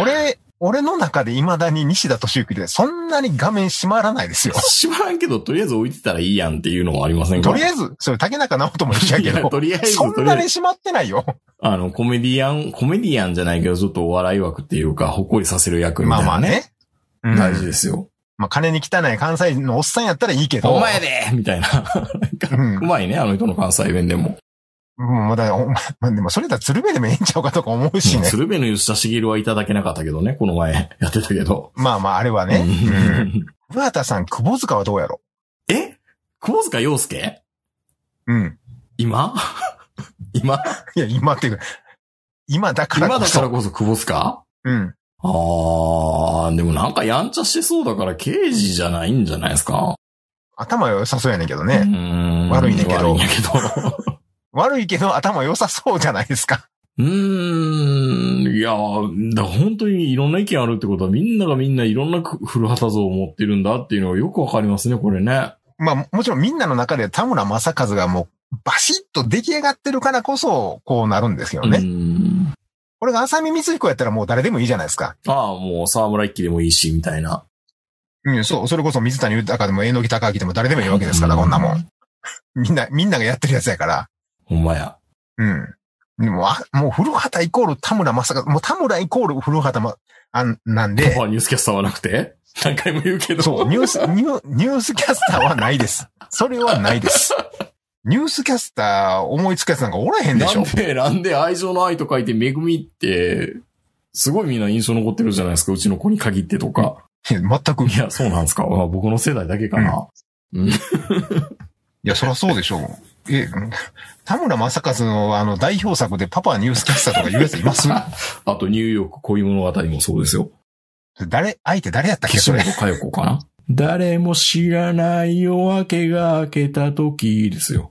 [SPEAKER 3] 俺、俺の中で未だに西田敏行って、そんなに画面閉まらないですよ。
[SPEAKER 2] しばらんけど、とりあえず置いてたらいいやんっていうのもありませんか
[SPEAKER 3] とりあえず、それ、竹中直人も一緒やけ
[SPEAKER 2] いや
[SPEAKER 3] ど、
[SPEAKER 2] とりあえず、
[SPEAKER 3] そ
[SPEAKER 2] と
[SPEAKER 3] ん
[SPEAKER 2] りあ
[SPEAKER 3] な
[SPEAKER 2] え
[SPEAKER 3] に
[SPEAKER 2] ず、
[SPEAKER 3] 閉まってないよ。
[SPEAKER 2] あの、コメディアン、コメディアンじゃないけど、ちょっとお笑い枠っていうか、ほっこりさせる役みた
[SPEAKER 3] ま
[SPEAKER 2] いな、
[SPEAKER 3] あまあね。うん
[SPEAKER 2] 大事ですよ。
[SPEAKER 3] まあ、金に汚い関西のおっさんやったらいいけど。
[SPEAKER 2] お前でみたいな。
[SPEAKER 3] うん
[SPEAKER 2] う。まいね、あの人の関西弁でも。
[SPEAKER 3] うん、まだ、ほんままあでもそれだったら鶴瓶でもええんちゃうかとか思うし
[SPEAKER 2] うん
[SPEAKER 3] ね。
[SPEAKER 2] 鶴瓶の吉田茂はいただけなかったけどね、この前 *laughs* やってたけど。
[SPEAKER 3] まあまあ、あれはね。
[SPEAKER 2] う
[SPEAKER 3] うん。
[SPEAKER 2] ん
[SPEAKER 3] 桑田さん、久保塚はどうやろ
[SPEAKER 2] *laughs* え久保塚洋介
[SPEAKER 3] うん。
[SPEAKER 2] 今 *laughs* 今
[SPEAKER 3] いや、今っていうか、今だから
[SPEAKER 2] 今
[SPEAKER 3] こ
[SPEAKER 2] だ
[SPEAKER 3] そ。
[SPEAKER 2] からこそ久保塚
[SPEAKER 3] うん。
[SPEAKER 2] あー、でもなんかやんちゃしてそうだから刑事じゃないんじゃないですか
[SPEAKER 3] 頭良さそうやねんけど
[SPEAKER 2] う
[SPEAKER 3] ね。
[SPEAKER 2] ーん
[SPEAKER 3] 悪いねんけど
[SPEAKER 2] 悪いんやけど。
[SPEAKER 3] 悪いけど頭良さそうじゃないですか。 *laughs*
[SPEAKER 2] うーん、いやー、だから本当にいろんな意見あるってことは、みんながみんないろんな古畑像を持ってるんだっていうのがよくわかりますね、これね。
[SPEAKER 3] まあ、もちろんみんなの中で田村正和がもう、バシッと出来上がってるからこそ、こうなるんですけどね。
[SPEAKER 2] うーん
[SPEAKER 3] これが浅見光彦やったらもう誰でもいいじゃないですか。
[SPEAKER 2] ああ、もう沢村一樹でもいいし、みたいな。
[SPEAKER 3] うん、そう。それこそ水谷豊でも、榎木隆明でも誰でもいいわけですから、
[SPEAKER 2] うん
[SPEAKER 3] こんなもん。みんな、みんながやってるやつやから。
[SPEAKER 2] ほんまや。
[SPEAKER 3] うん。でも、あもう古畑イコール田村正和、もう田村イコール古畑ま、あんなんで
[SPEAKER 2] パ、パニュースキャスターはなくて *laughs* 何回も言うけど。
[SPEAKER 3] そう、ニュース、ニューニュースキャスターはないです。それはないです。ニュースキャスター思いつくやつなんかおらへんでし
[SPEAKER 2] なん
[SPEAKER 3] ょ。
[SPEAKER 2] で、なんで愛情の愛と書いて、恵みって、すごいみんな印象残ってるじゃないですか、うちの子に限ってとか。
[SPEAKER 3] いや全く。い
[SPEAKER 2] いや、そうなんですか。まあ僕の世代だけかな。うん
[SPEAKER 3] や、そりゃそうでしょう。え、うん田村正和のあの代表作でパパはニュースキャスターとか言うやついま
[SPEAKER 2] *laughs*
[SPEAKER 3] す
[SPEAKER 2] あと、ニューヨーク恋物語もそうですよ。
[SPEAKER 3] 誰、相手誰やったっけ
[SPEAKER 2] 岸
[SPEAKER 3] そ
[SPEAKER 2] 本
[SPEAKER 3] れ。
[SPEAKER 2] 佳代子かな *laughs* 誰も知らない夜明けが明けた時ですよ。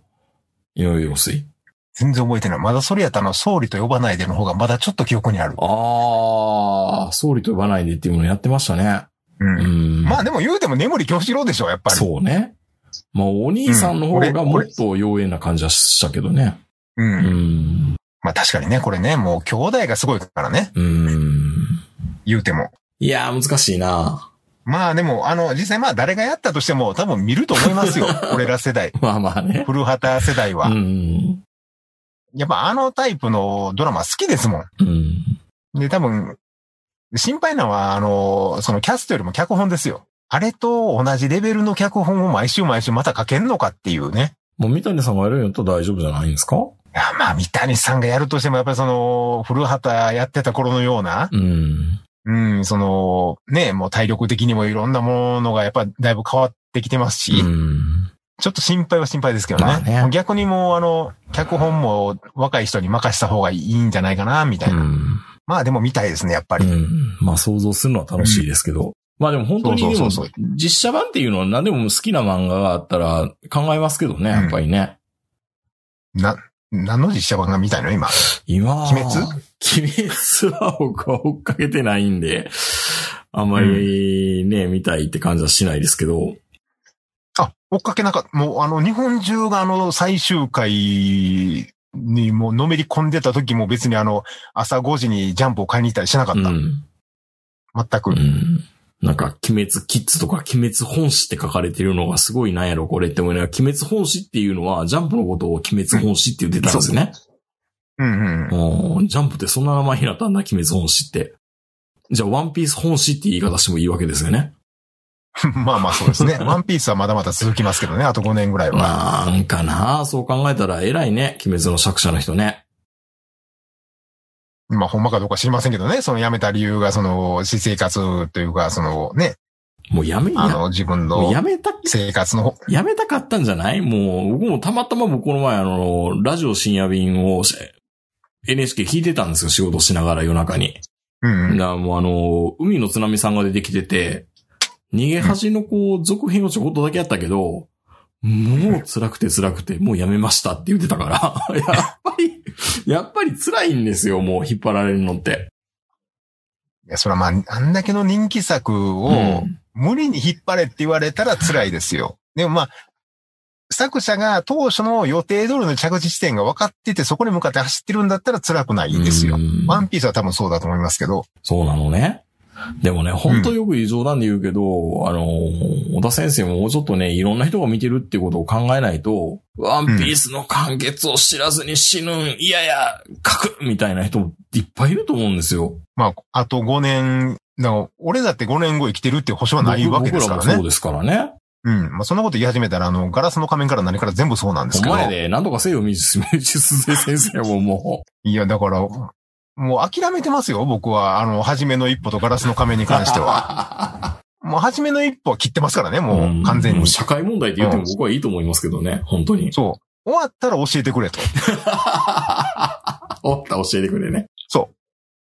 [SPEAKER 2] 井上陽水。
[SPEAKER 3] 全然覚えてない。まだそれやったらあの総理と呼ばないでの方がまだちょっと記憶にある。
[SPEAKER 2] あー、総理と呼ばないでっていうのやってましたね。
[SPEAKER 3] う。
[SPEAKER 2] うんん。
[SPEAKER 3] まあでも言うても根森京志郎でしょ、やっぱり。
[SPEAKER 2] そうね。まあ、お兄さんの方
[SPEAKER 3] うん
[SPEAKER 2] が
[SPEAKER 3] 俺
[SPEAKER 2] もっと妖艶な感じはしたけどね。
[SPEAKER 3] う。
[SPEAKER 2] うんん。
[SPEAKER 3] まあ確かにね、これね、もう兄弟がすごいからね、
[SPEAKER 2] うん。
[SPEAKER 3] 言うても。
[SPEAKER 2] いやー、難しいな *laughs*
[SPEAKER 3] まあでも、あの、実際まあ誰がやったとしても多分見ると思
[SPEAKER 2] *laughs*
[SPEAKER 3] いますよ。俺ら世代。
[SPEAKER 2] まあまあね。
[SPEAKER 3] 古畑世代は。
[SPEAKER 2] うん。
[SPEAKER 3] やっぱあのタイプのドラマ好きですも
[SPEAKER 2] うん。
[SPEAKER 3] ん。で、多分、心配なのは、あの、そのキャストよりも脚本ですよ。あれと同じレベルの脚本を毎週毎週また書けんのかっていうね。
[SPEAKER 2] もう三谷さんがやるんやったら大丈夫じゃないんですか
[SPEAKER 3] いやまあ、三谷さんがやるとしても、やっぱりその、古畑やってた頃のような、
[SPEAKER 2] うん。
[SPEAKER 3] うん、その、ね、もう体力的にもいろんなものがやっぱだいぶ変わってきてますし、
[SPEAKER 2] うん。
[SPEAKER 3] ちょっと心配は心配ですけどね。
[SPEAKER 2] まあね
[SPEAKER 3] もう逆にもうあの、脚本も若い人に任した方がいいんじゃないかな、みた
[SPEAKER 2] う
[SPEAKER 3] いな。
[SPEAKER 2] ん。
[SPEAKER 3] まあでも見たいですね、やっぱ
[SPEAKER 2] う
[SPEAKER 3] り。
[SPEAKER 2] ん。まあ想像するのは楽しいですけど。まあでも本当にで
[SPEAKER 3] そ
[SPEAKER 2] も
[SPEAKER 3] うそうそうそ
[SPEAKER 2] 実写版っていうのは何でも好きな漫画があったら考えますけどね、やっぱりね。
[SPEAKER 3] な、何の実写版が見たいの今。
[SPEAKER 2] 今。
[SPEAKER 3] 鬼滅
[SPEAKER 2] 鬼滅は僕は追っかけてないんで、あんまりね、見たいって感じはしないですけど。
[SPEAKER 3] あ、追っかけなかった。もうあの、日本中があの、最終回にもうのめり込んでた時も別にあの、朝5時にジャンプを買いに行ったりしなか
[SPEAKER 2] う
[SPEAKER 3] った。
[SPEAKER 2] ん。
[SPEAKER 3] 全く。
[SPEAKER 2] うん。なんか、鬼滅キッズとか鬼滅本誌って書かれてるのがすごいなんやろこれって思いながら、鬼滅本誌っていうのはジャンプのことを鬼滅本誌って言ってたんですね。
[SPEAKER 3] うんうん。
[SPEAKER 2] *laughs* うんジャンプってそんな名前になったんだ、鬼滅本誌って。じゃあ、ワンピース本誌って言い方してもいいわけですよね。
[SPEAKER 3] まあまあそうですね。ワンピースはまだまだ続きますけどね、あと5年ぐらいは。
[SPEAKER 2] なんかなあそう考えたら偉いね、鬼滅の作者の人ね。
[SPEAKER 3] まあほんまかどうか知りませんけどね、その辞めた理由がその、私生活というか、そのね、
[SPEAKER 2] もうやめ、
[SPEAKER 3] あ
[SPEAKER 2] や
[SPEAKER 3] の、自分
[SPEAKER 2] もう
[SPEAKER 3] の
[SPEAKER 2] やめた、
[SPEAKER 3] 生活の、
[SPEAKER 2] やめたかったんじゃないもう、僕もたまたま僕この前あの、ラジオ深夜便をし NHK 聞いてたんですよ、仕事しながら夜中に。
[SPEAKER 3] うんうん。
[SPEAKER 2] なもうあの、海の津波さんが出てきてて、逃げ恥のこう、続編をちょこっとだけやったけど、もう辛くて辛くて、もうやめましたって言ってたから、 *laughs* やっぱり、やっぱり辛いんですよ、もう引っ張られるのって。
[SPEAKER 3] いや、それはまあ、あんだけの人気作を、
[SPEAKER 2] うん
[SPEAKER 3] 無理に引っ張れって言われたら辛いですよ。でもまあ、作者が当初の予定通りの着地地点が分かってて、そこに向かって走ってるんだったら辛くないんですよ
[SPEAKER 2] う。ん
[SPEAKER 3] ワンピースは多分そうだと思いますけど。
[SPEAKER 2] そうなのね。でもね、本当よく異常談で言うけど、あの、小田先生ももうちょっとね、いろんな人が見てるってことを考えないと、ワンピースの完結を知らずに死ぬん、いやいや、書くみたいな人もいっぱいいると思うんですよ。
[SPEAKER 3] まあ、あと5年、の俺だって5年後生きてるっていう保証はないわけですから
[SPEAKER 2] 僕らもそう
[SPEAKER 3] ね。
[SPEAKER 2] ですからね。
[SPEAKER 3] うん。まあ、そんなこと言い始めたら、あの、ガラスの仮面から何から全部そうなんです
[SPEAKER 2] お
[SPEAKER 3] けど。
[SPEAKER 2] 前で、なんとかせよ、ミス、ミス先生もも
[SPEAKER 3] いや、だから、もう諦めてますよ、僕は。あの、初めの一歩とガラスの仮面に関して
[SPEAKER 2] *laughs*
[SPEAKER 3] は。
[SPEAKER 2] う。
[SPEAKER 3] もう初めの一歩は切ってますからね、もう完全
[SPEAKER 2] ん
[SPEAKER 3] に。
[SPEAKER 2] 社会問題って言っても僕はいいと思いますけどね、本当に。
[SPEAKER 3] そう。終わったら教えてくれと。
[SPEAKER 2] 終わったら教えてくれね。
[SPEAKER 3] そ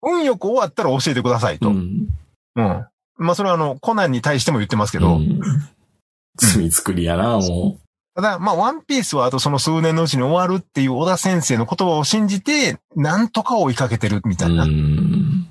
[SPEAKER 3] う。運よく終わったら教えてくださいと。うん。
[SPEAKER 2] ん。
[SPEAKER 3] まあ、それはあの、コナンに対しても言ってますけど、
[SPEAKER 2] うん罪作りやな、も
[SPEAKER 3] ただ、まあ、ワンピースはあとその数年のうちに終わるっていう小田先生の言葉を信じて、なんとか追いかけてるみ
[SPEAKER 2] う。
[SPEAKER 3] たいな、うん、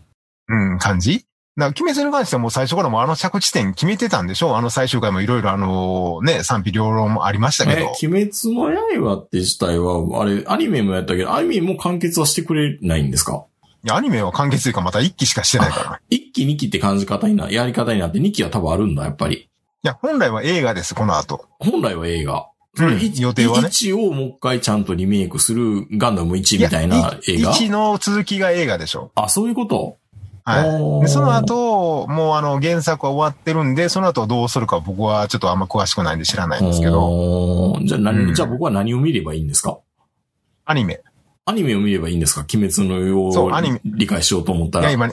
[SPEAKER 2] ん
[SPEAKER 3] 感じ。だから、鬼滅に関してはもう最初からもうあの着地点決めてたんでしょうあの最終回もいろいろあの、ね、賛否両論もありましたけ
[SPEAKER 2] え、
[SPEAKER 3] ど。
[SPEAKER 2] 鬼滅の刃って自体は、あれ、アニメもやったけど、アニメも完結はしてくれないんですか
[SPEAKER 3] いやアニメは完結というかまた1期しかしてないから。
[SPEAKER 2] 一期二期って感じ方にな、やり方になって、二期は多分あるんだ、やっぱり。
[SPEAKER 3] いや、本来は映画です、この後。
[SPEAKER 2] 本来は映画。
[SPEAKER 3] うん
[SPEAKER 2] 一
[SPEAKER 3] 予定はね
[SPEAKER 2] 一をもう一回ちゃんとリメイクするガンダム1みたい
[SPEAKER 3] や
[SPEAKER 2] な映画。
[SPEAKER 3] 1の続きが映画でしょ。
[SPEAKER 2] あ、そういうこと
[SPEAKER 3] はい。
[SPEAKER 2] い
[SPEAKER 3] で、その。後、もうあの、原作は終わってるんで、その後どうするか僕はちょっとあんま詳しくないんで知らないんですけど、
[SPEAKER 2] ど。じゃあ
[SPEAKER 3] う
[SPEAKER 2] 何、
[SPEAKER 3] ん
[SPEAKER 2] じゃあ僕は何を見ればいいんですか
[SPEAKER 3] アニメ。
[SPEAKER 2] アニメを見ればいいんですか鬼滅のよ
[SPEAKER 3] そううアニメ
[SPEAKER 2] 理解しようと思ったら。う
[SPEAKER 3] 刃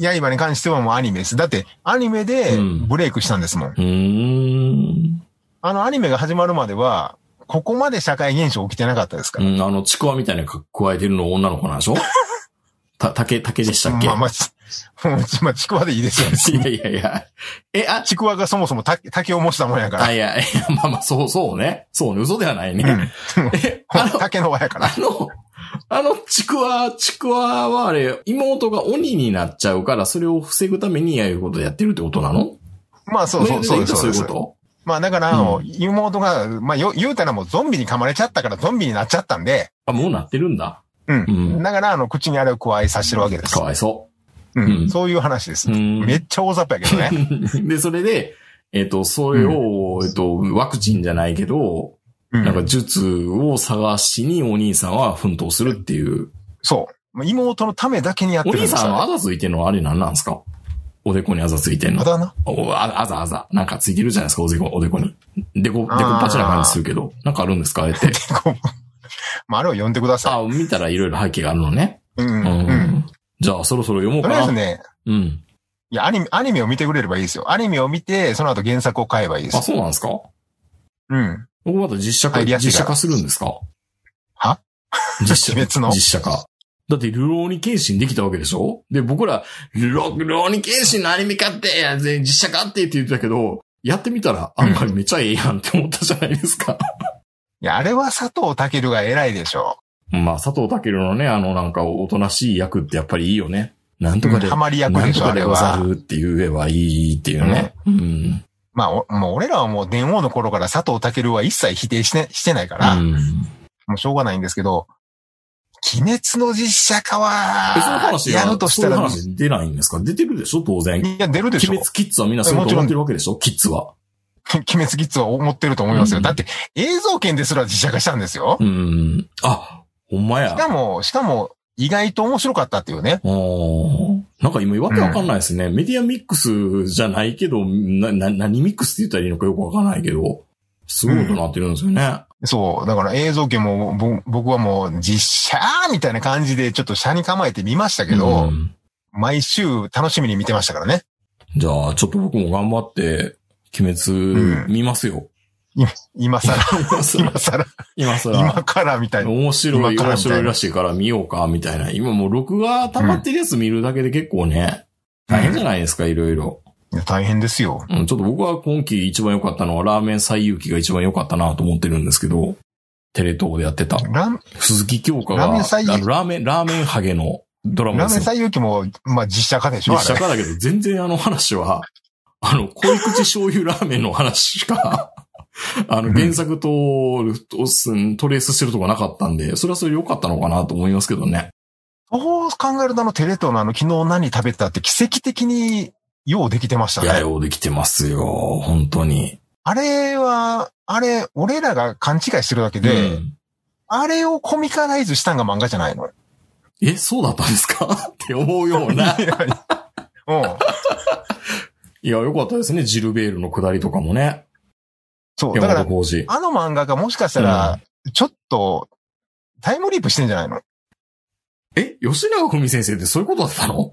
[SPEAKER 3] に、刃に関してはもうアニメです。だって、アニメで
[SPEAKER 2] うん
[SPEAKER 3] ブレイクしたんですもん。
[SPEAKER 2] ーん。
[SPEAKER 3] あの、アニメが始まるまでは、ここまで社会現象起きてなかったですか
[SPEAKER 2] う
[SPEAKER 3] ら。
[SPEAKER 2] ん、あの、ちくわみたいなの加えてるの女の子なん
[SPEAKER 3] *laughs*
[SPEAKER 2] でしょた、竹、竹でしたっけ、
[SPEAKER 3] まあまあ、ちもうちまあちくわでいいですよ
[SPEAKER 2] *laughs*
[SPEAKER 3] ね。
[SPEAKER 2] いやいやいや。え、あ、
[SPEAKER 3] ちくわがそもそも竹竹を模したもんやから。
[SPEAKER 2] あいや、いやまあまあ、そうそうね。そうね、嘘ではないね。え、あの、
[SPEAKER 3] *laughs* 竹の輪やから。
[SPEAKER 2] あの、あの、ちくわ、ちくわはあれ、妹が鬼になっちゃうから、それを防ぐためにああいうことやってるってことなの
[SPEAKER 3] まあそうそうそうです
[SPEAKER 2] そ
[SPEAKER 3] そうう
[SPEAKER 2] いう
[SPEAKER 3] です
[SPEAKER 2] こ。と
[SPEAKER 3] まあだから、あ
[SPEAKER 2] う
[SPEAKER 3] の、妹が、まあよ言うたらもうゾンビに噛まれちゃったからゾンビになっちゃったんで、
[SPEAKER 2] あ、もうなってるんだ。
[SPEAKER 3] うん
[SPEAKER 2] うん
[SPEAKER 3] だから、あの、口にあれを加えさせてるわけです
[SPEAKER 2] か。わいそ
[SPEAKER 3] う
[SPEAKER 2] うん
[SPEAKER 3] ん。そういう話です
[SPEAKER 2] う。ん
[SPEAKER 3] めっちゃ大雑把やけどね。
[SPEAKER 2] で、それで、えっ、と、それを、えっ、と、ワクチンじゃないけど、
[SPEAKER 3] うん
[SPEAKER 2] なんか術を探しにお兄さんは奮闘するっていう。
[SPEAKER 3] そう。まあ妹のためだけにやって
[SPEAKER 2] お
[SPEAKER 3] るんで
[SPEAKER 2] 兄
[SPEAKER 3] す
[SPEAKER 2] さんはあざ
[SPEAKER 3] よ。
[SPEAKER 2] ついてんのはあれなんなんですかおでこにあざついてんの
[SPEAKER 3] まだな。
[SPEAKER 2] おああざあざ。なんかついてるじゃないですか、おでこ、おでこに。でこ、でこっぱちな感じするけど。なんかあるんですかあれっ
[SPEAKER 3] *laughs*
[SPEAKER 2] て。
[SPEAKER 3] こうまあ、あれを読んでくださ
[SPEAKER 2] あ、見たらいろいろ背景があるのね。
[SPEAKER 3] い。うん。
[SPEAKER 2] う
[SPEAKER 3] うん。
[SPEAKER 2] ん。じゃあ、そろそろ読もう
[SPEAKER 3] と
[SPEAKER 2] か
[SPEAKER 3] りあえず
[SPEAKER 2] な。
[SPEAKER 3] ね、
[SPEAKER 2] うん。
[SPEAKER 3] いや、アニメ、アニメを見てくれればいいですよ。アニメを見て、その後原作を買えばいいで
[SPEAKER 2] あ、
[SPEAKER 3] す。
[SPEAKER 2] そうなんですかこ
[SPEAKER 3] うん。
[SPEAKER 2] こまた実写化、
[SPEAKER 3] 入りやすい
[SPEAKER 2] 実
[SPEAKER 3] から
[SPEAKER 2] 写化するんですか
[SPEAKER 3] は
[SPEAKER 2] 実写
[SPEAKER 3] 鬼滅の
[SPEAKER 2] 実写化。だって、ルローニケンシンできたわけでしょで、僕ら、ルロ、ルローニケンシンのアニメ化って、いや全実写化ってって言ってたけど、やってみたら、あんまりめちゃええやんって思ったじゃないですか。 *laughs*
[SPEAKER 3] いや、あれは佐藤健が偉いでしょ
[SPEAKER 2] まあ、佐藤健のね、あの、なんか、おとなしい役ってやっぱりいいよね。なん
[SPEAKER 3] う。
[SPEAKER 2] とかで、
[SPEAKER 3] ハマり役
[SPEAKER 2] なん
[SPEAKER 3] でし
[SPEAKER 2] と
[SPEAKER 3] ょ、
[SPEAKER 2] か
[SPEAKER 3] あ
[SPEAKER 2] で
[SPEAKER 3] れ
[SPEAKER 2] ござ
[SPEAKER 3] は。
[SPEAKER 2] るって言えばいいっていうね。うん。
[SPEAKER 3] まあ、おもう俺らはもう電王の頃から佐藤健は一切否定してしてないか
[SPEAKER 2] う
[SPEAKER 3] ら、
[SPEAKER 2] ん。
[SPEAKER 3] もうしょうがないんですけど、鬼滅の実写化
[SPEAKER 2] え、その
[SPEAKER 3] は、
[SPEAKER 2] 話は、
[SPEAKER 3] やるとしたら、
[SPEAKER 2] そういう話出ないんですか出てるでしょ当然。鬼
[SPEAKER 3] いや、出るでしょ。
[SPEAKER 2] 滅キッズはみんなそういうこと思ってるわけでしょキッズは。
[SPEAKER 3] 鬼滅キッズは思ってると思いますよ。
[SPEAKER 2] うん
[SPEAKER 3] だって、映像権ですら実写化したんですよ。
[SPEAKER 2] うん。あ、ほんまや
[SPEAKER 3] し。かも、しかも、意外と面白かったっていうね。
[SPEAKER 2] おなんか今、わけわかんないですね。メディアミックスじゃないけど、な、な、何ミックスって言ったらいいのかよくわかんないけど、すごいことになってるんですよね。
[SPEAKER 3] そう。だから映像権も、ぼ僕はもう、実写みたいな感じで、ちょっと車に構えてみましたけど、
[SPEAKER 2] うん
[SPEAKER 3] 毎週楽しみに見てましたからね。
[SPEAKER 2] じゃあ、ちょっと僕も頑張って、鬼滅見ますよ。*laughs*
[SPEAKER 3] 今更、
[SPEAKER 2] 今更
[SPEAKER 3] 今更、
[SPEAKER 2] 今更
[SPEAKER 3] 今からみたいな。
[SPEAKER 2] 面白い、
[SPEAKER 3] 今からみた
[SPEAKER 2] 面
[SPEAKER 3] いな
[SPEAKER 2] 白いらしいから見ようか、みたいな。今もう録画溜まってるやつ見るだけで結構ね、
[SPEAKER 3] うん
[SPEAKER 2] 大変じゃないですか、いろいろ。
[SPEAKER 3] いや大変ですよ。
[SPEAKER 2] うん、ちょっと僕は今季一番良かったのは、ラーメン最有機が一番良かったなと思ってるんですけど、テレ東でやってた。
[SPEAKER 3] ラン
[SPEAKER 2] 鈴木京香が、あ
[SPEAKER 3] ラーメン最有
[SPEAKER 2] のラーメン、ラーメンハゲのドラマ
[SPEAKER 3] ラ
[SPEAKER 2] で
[SPEAKER 3] ーメン
[SPEAKER 2] すよ。
[SPEAKER 3] 最有機も、まあ実写化でしょ、あ
[SPEAKER 2] 実写
[SPEAKER 3] れ。
[SPEAKER 2] 化だけど、全然あの話は、あの、濃い口醤油ラーメンの話しか、 *laughs* あの、原作と、とすんトレースしてるとこなかったんで、それはそれ良かったのかなと思いますけどね。
[SPEAKER 3] そう考えると、あの、テレ東のあの、昨日何食べたって奇跡的に、ようできてました
[SPEAKER 2] い
[SPEAKER 3] ね。
[SPEAKER 2] や、ようできてますよ、本当に。
[SPEAKER 3] あれは、あれ、俺らが勘違いしてるだけ
[SPEAKER 2] う
[SPEAKER 3] で、
[SPEAKER 2] ん
[SPEAKER 3] あれをコミカライズしたんが漫画じゃないの。
[SPEAKER 2] え、そうだったんですか *laughs* って思うよう
[SPEAKER 3] *laughs*
[SPEAKER 2] な。
[SPEAKER 3] いやうん。
[SPEAKER 2] いや、よかったですね、ジルベールの下りとかもね。
[SPEAKER 3] そう。だ
[SPEAKER 2] 山
[SPEAKER 3] から
[SPEAKER 2] 本、浩二。
[SPEAKER 3] あの漫画がもしかしたら、ちょっと、タイムリープしてんじゃないの *laughs*
[SPEAKER 2] え、吉永文先生ってそういうことだったの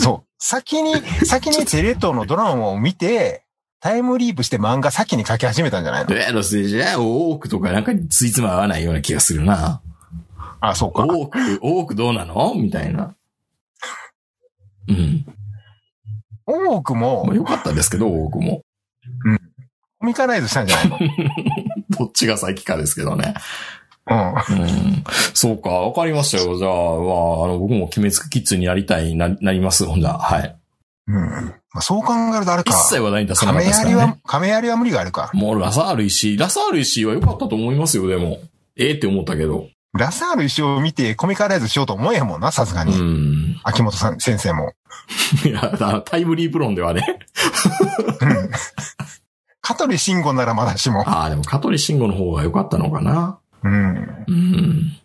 [SPEAKER 3] そう。先に、先にテレ東のドラマを見て、タイムリープして漫画先に書き始めたんじゃないの
[SPEAKER 2] え、だってじゃあ、多くとかなんかについつま合わないような気がするな。
[SPEAKER 3] あ、そうか。
[SPEAKER 2] 多く、多くどうなのみたいな。うん。
[SPEAKER 3] 多くも
[SPEAKER 2] まあ、、よかったですけど、多くも。
[SPEAKER 3] コミカライズしたんじゃな
[SPEAKER 2] *laughs*
[SPEAKER 3] いの
[SPEAKER 2] どっちが先かですけどね。
[SPEAKER 3] う
[SPEAKER 2] う
[SPEAKER 3] ん。
[SPEAKER 2] ん。そうか、わかりましたよ。じゃあ、まあ、あの、僕も鬼滅キッズになりたい、な、なります。ほんじゃ、はい。
[SPEAKER 3] うん。まあ、そう考えるとあれか
[SPEAKER 2] 一。切話題に出さなかっ
[SPEAKER 3] 亀
[SPEAKER 2] たですか
[SPEAKER 3] 有
[SPEAKER 2] らね
[SPEAKER 3] は。、亀有は無理があるか。
[SPEAKER 2] もう、ラサール石井。ラサール石井は良かったと思いますよ、でも。ええって思ったけど。
[SPEAKER 3] ラサール石を見てコミカライズしようと思えへんもんな、さすが
[SPEAKER 2] う
[SPEAKER 3] に。
[SPEAKER 2] ん。
[SPEAKER 3] 秋元さん、先生も。
[SPEAKER 2] いや、だタイムリープ論ではね。
[SPEAKER 3] うん。 *laughs* 香取慎吾ならまだしも。
[SPEAKER 2] ああ、でも、香取慎吾の方が良かったのかな。
[SPEAKER 3] うん。
[SPEAKER 2] うん。
[SPEAKER 3] い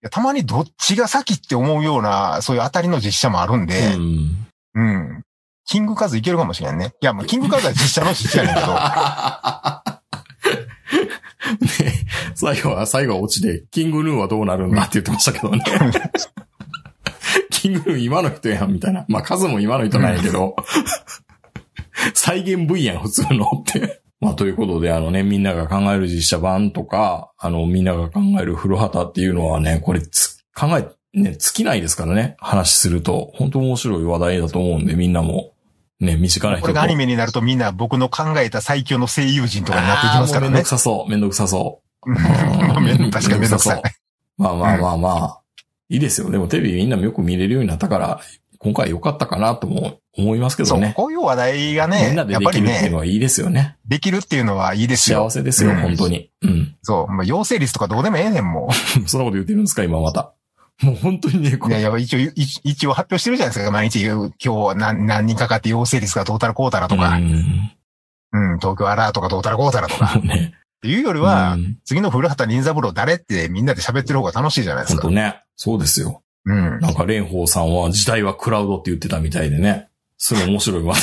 [SPEAKER 3] やたまにどっちが先って思うような、そういう当たりの実写もあるん
[SPEAKER 2] う
[SPEAKER 3] で、
[SPEAKER 2] ん。 *laughs*
[SPEAKER 3] うん。キングカズいけるかもしれんね。いや、まあ、キングカズは実写の実写やねんけど。
[SPEAKER 2] ね最後は、最後は落ちで、キングヌーはどうなるんだって言ってましたけどね。 *laughs* キングヌー今の人やん、みたいな。まあ、数も今の人なんやけど、再現部位やん、普通のって。まあ、ということで、あのね、みんなが考える実写版とか、あの、みんなが考える古畑っていうのはね、これつ、考え、ね、尽きないですからね、話すると。本当面白い話題だと思うんで、みんなも、ね、身近な人
[SPEAKER 3] ことれがアニメになるとみんな僕の考えた最強の声優陣とかになっていきますか
[SPEAKER 2] あーもうめ
[SPEAKER 3] ら
[SPEAKER 2] んど
[SPEAKER 3] ね。
[SPEAKER 2] く。さそう。めんどくさそう
[SPEAKER 3] *laughs* めん確かにめんどくさい。
[SPEAKER 2] まあまあまあまあ。いいですよ。でもテレビみんなもよく見れるようになったから、今回良かったかなとも思いますけど
[SPEAKER 3] そう、
[SPEAKER 2] ね。
[SPEAKER 3] こういう話題が
[SPEAKER 2] みん
[SPEAKER 3] ね
[SPEAKER 2] な、で
[SPEAKER 3] やっ
[SPEAKER 2] で
[SPEAKER 3] ぱ
[SPEAKER 2] き
[SPEAKER 3] り
[SPEAKER 2] るっていう
[SPEAKER 3] ね
[SPEAKER 2] の、はいいですよね。
[SPEAKER 3] できるっていうのはいいです
[SPEAKER 2] 幸
[SPEAKER 3] よ。
[SPEAKER 2] せですよ、
[SPEAKER 3] うん
[SPEAKER 2] 本当に。うん。
[SPEAKER 3] *laughs* そう、まあ、陽性率とかどうでもええねん、もう。
[SPEAKER 2] そんなこと言ってるんですか、今また。もう本当にね、こ
[SPEAKER 3] いや
[SPEAKER 2] れ
[SPEAKER 3] いや、一応、い一応発表してるじゃないですか。毎日、今日何何人かかって陽性ですが、どうたらこうたらとか
[SPEAKER 2] う、ん
[SPEAKER 3] うん、東京アラートがどうたらこうたらとか、
[SPEAKER 2] もうね。
[SPEAKER 3] っていうよりは、
[SPEAKER 2] うん
[SPEAKER 3] 次の古畑任三郎誰ってみんなで喋ってる方が楽しいじゃないです
[SPEAKER 2] 本
[SPEAKER 3] か
[SPEAKER 2] 当。ね。そうですよ。
[SPEAKER 3] うん。
[SPEAKER 2] なんか蓮舫さんは時代はクラウドって言ってたみたいでね。それ面白い話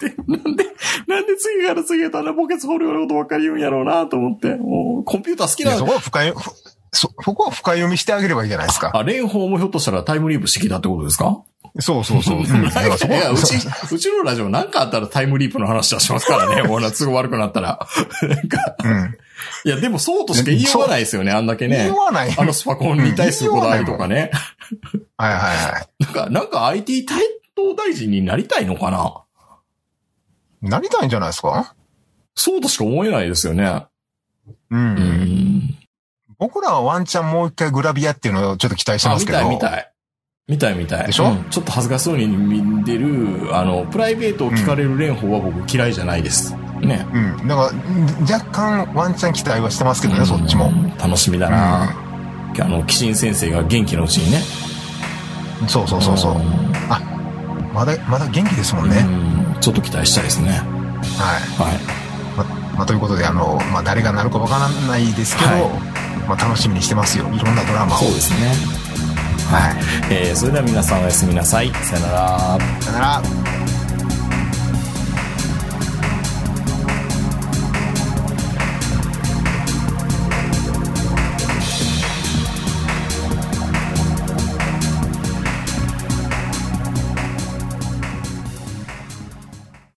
[SPEAKER 2] で。 *laughs* なんで、なんで次から次へとあんなボケツ放量のことばっかり言うんやろうなと思って。もうコンピューター好き
[SPEAKER 3] い
[SPEAKER 2] な
[SPEAKER 3] や、
[SPEAKER 2] ん
[SPEAKER 3] そこは深い、ふそ、そこは深読みしてあげればいいじゃないですか。
[SPEAKER 2] あ、蓮舫もひょっとしたらタイムリープしてきたってことですか
[SPEAKER 3] そうそ
[SPEAKER 2] *laughs*
[SPEAKER 3] う *laughs* そう。うん、だからそ
[SPEAKER 2] い
[SPEAKER 3] こ
[SPEAKER 2] や、
[SPEAKER 3] は
[SPEAKER 2] うち、 *laughs* うちのラジオなんかあったらタイムリープの話出します *laughs* からね。もうな都合悪くなったら。 *laughs* なんか、
[SPEAKER 3] *laughs* うん。
[SPEAKER 2] いや、でもそうとしか言いようがないですよね、あんだけね
[SPEAKER 3] 言。わない。
[SPEAKER 2] あのスパコンに対するこだわりとかね。
[SPEAKER 3] はいはいはい。
[SPEAKER 2] なんか、なんか IT 担当大臣になりたいのかな
[SPEAKER 3] なりたいんじゃないですか
[SPEAKER 2] そうとしか思えないですよね。う
[SPEAKER 3] う。
[SPEAKER 2] んん。
[SPEAKER 3] 僕らはワンチャンもう一回グラビアっていうのをちょっと期待して
[SPEAKER 2] あ、
[SPEAKER 3] ま
[SPEAKER 2] 見
[SPEAKER 3] すけど。
[SPEAKER 2] たい見たい。見たい見たい。
[SPEAKER 3] でしょ
[SPEAKER 2] うんちょっと恥ずかしそうに見てる、あの、プライベートを聞かれる蓮舫は僕嫌いじゃないです。ね。
[SPEAKER 3] うん。だから、若干ワンチャン期待はしてますけどね、そっちも。
[SPEAKER 2] うん。楽しみだな。あの、鬼神先生が元気のうちにね。
[SPEAKER 3] そうそうそうそう。
[SPEAKER 2] う
[SPEAKER 3] まだ、まだ元気ですもん
[SPEAKER 2] ん。
[SPEAKER 3] ね。
[SPEAKER 2] うんちょっと期待したいですね。
[SPEAKER 3] はい。
[SPEAKER 2] はい。
[SPEAKER 3] まあ、ということで、あの、まあ、誰がなるかわからないですけど、まあ、楽しみにしてますよ。いろんなドラマを。
[SPEAKER 2] そうですね。
[SPEAKER 3] はい。
[SPEAKER 2] えーそれでは皆さんおやすみなさい。さよなら。
[SPEAKER 3] さよなら。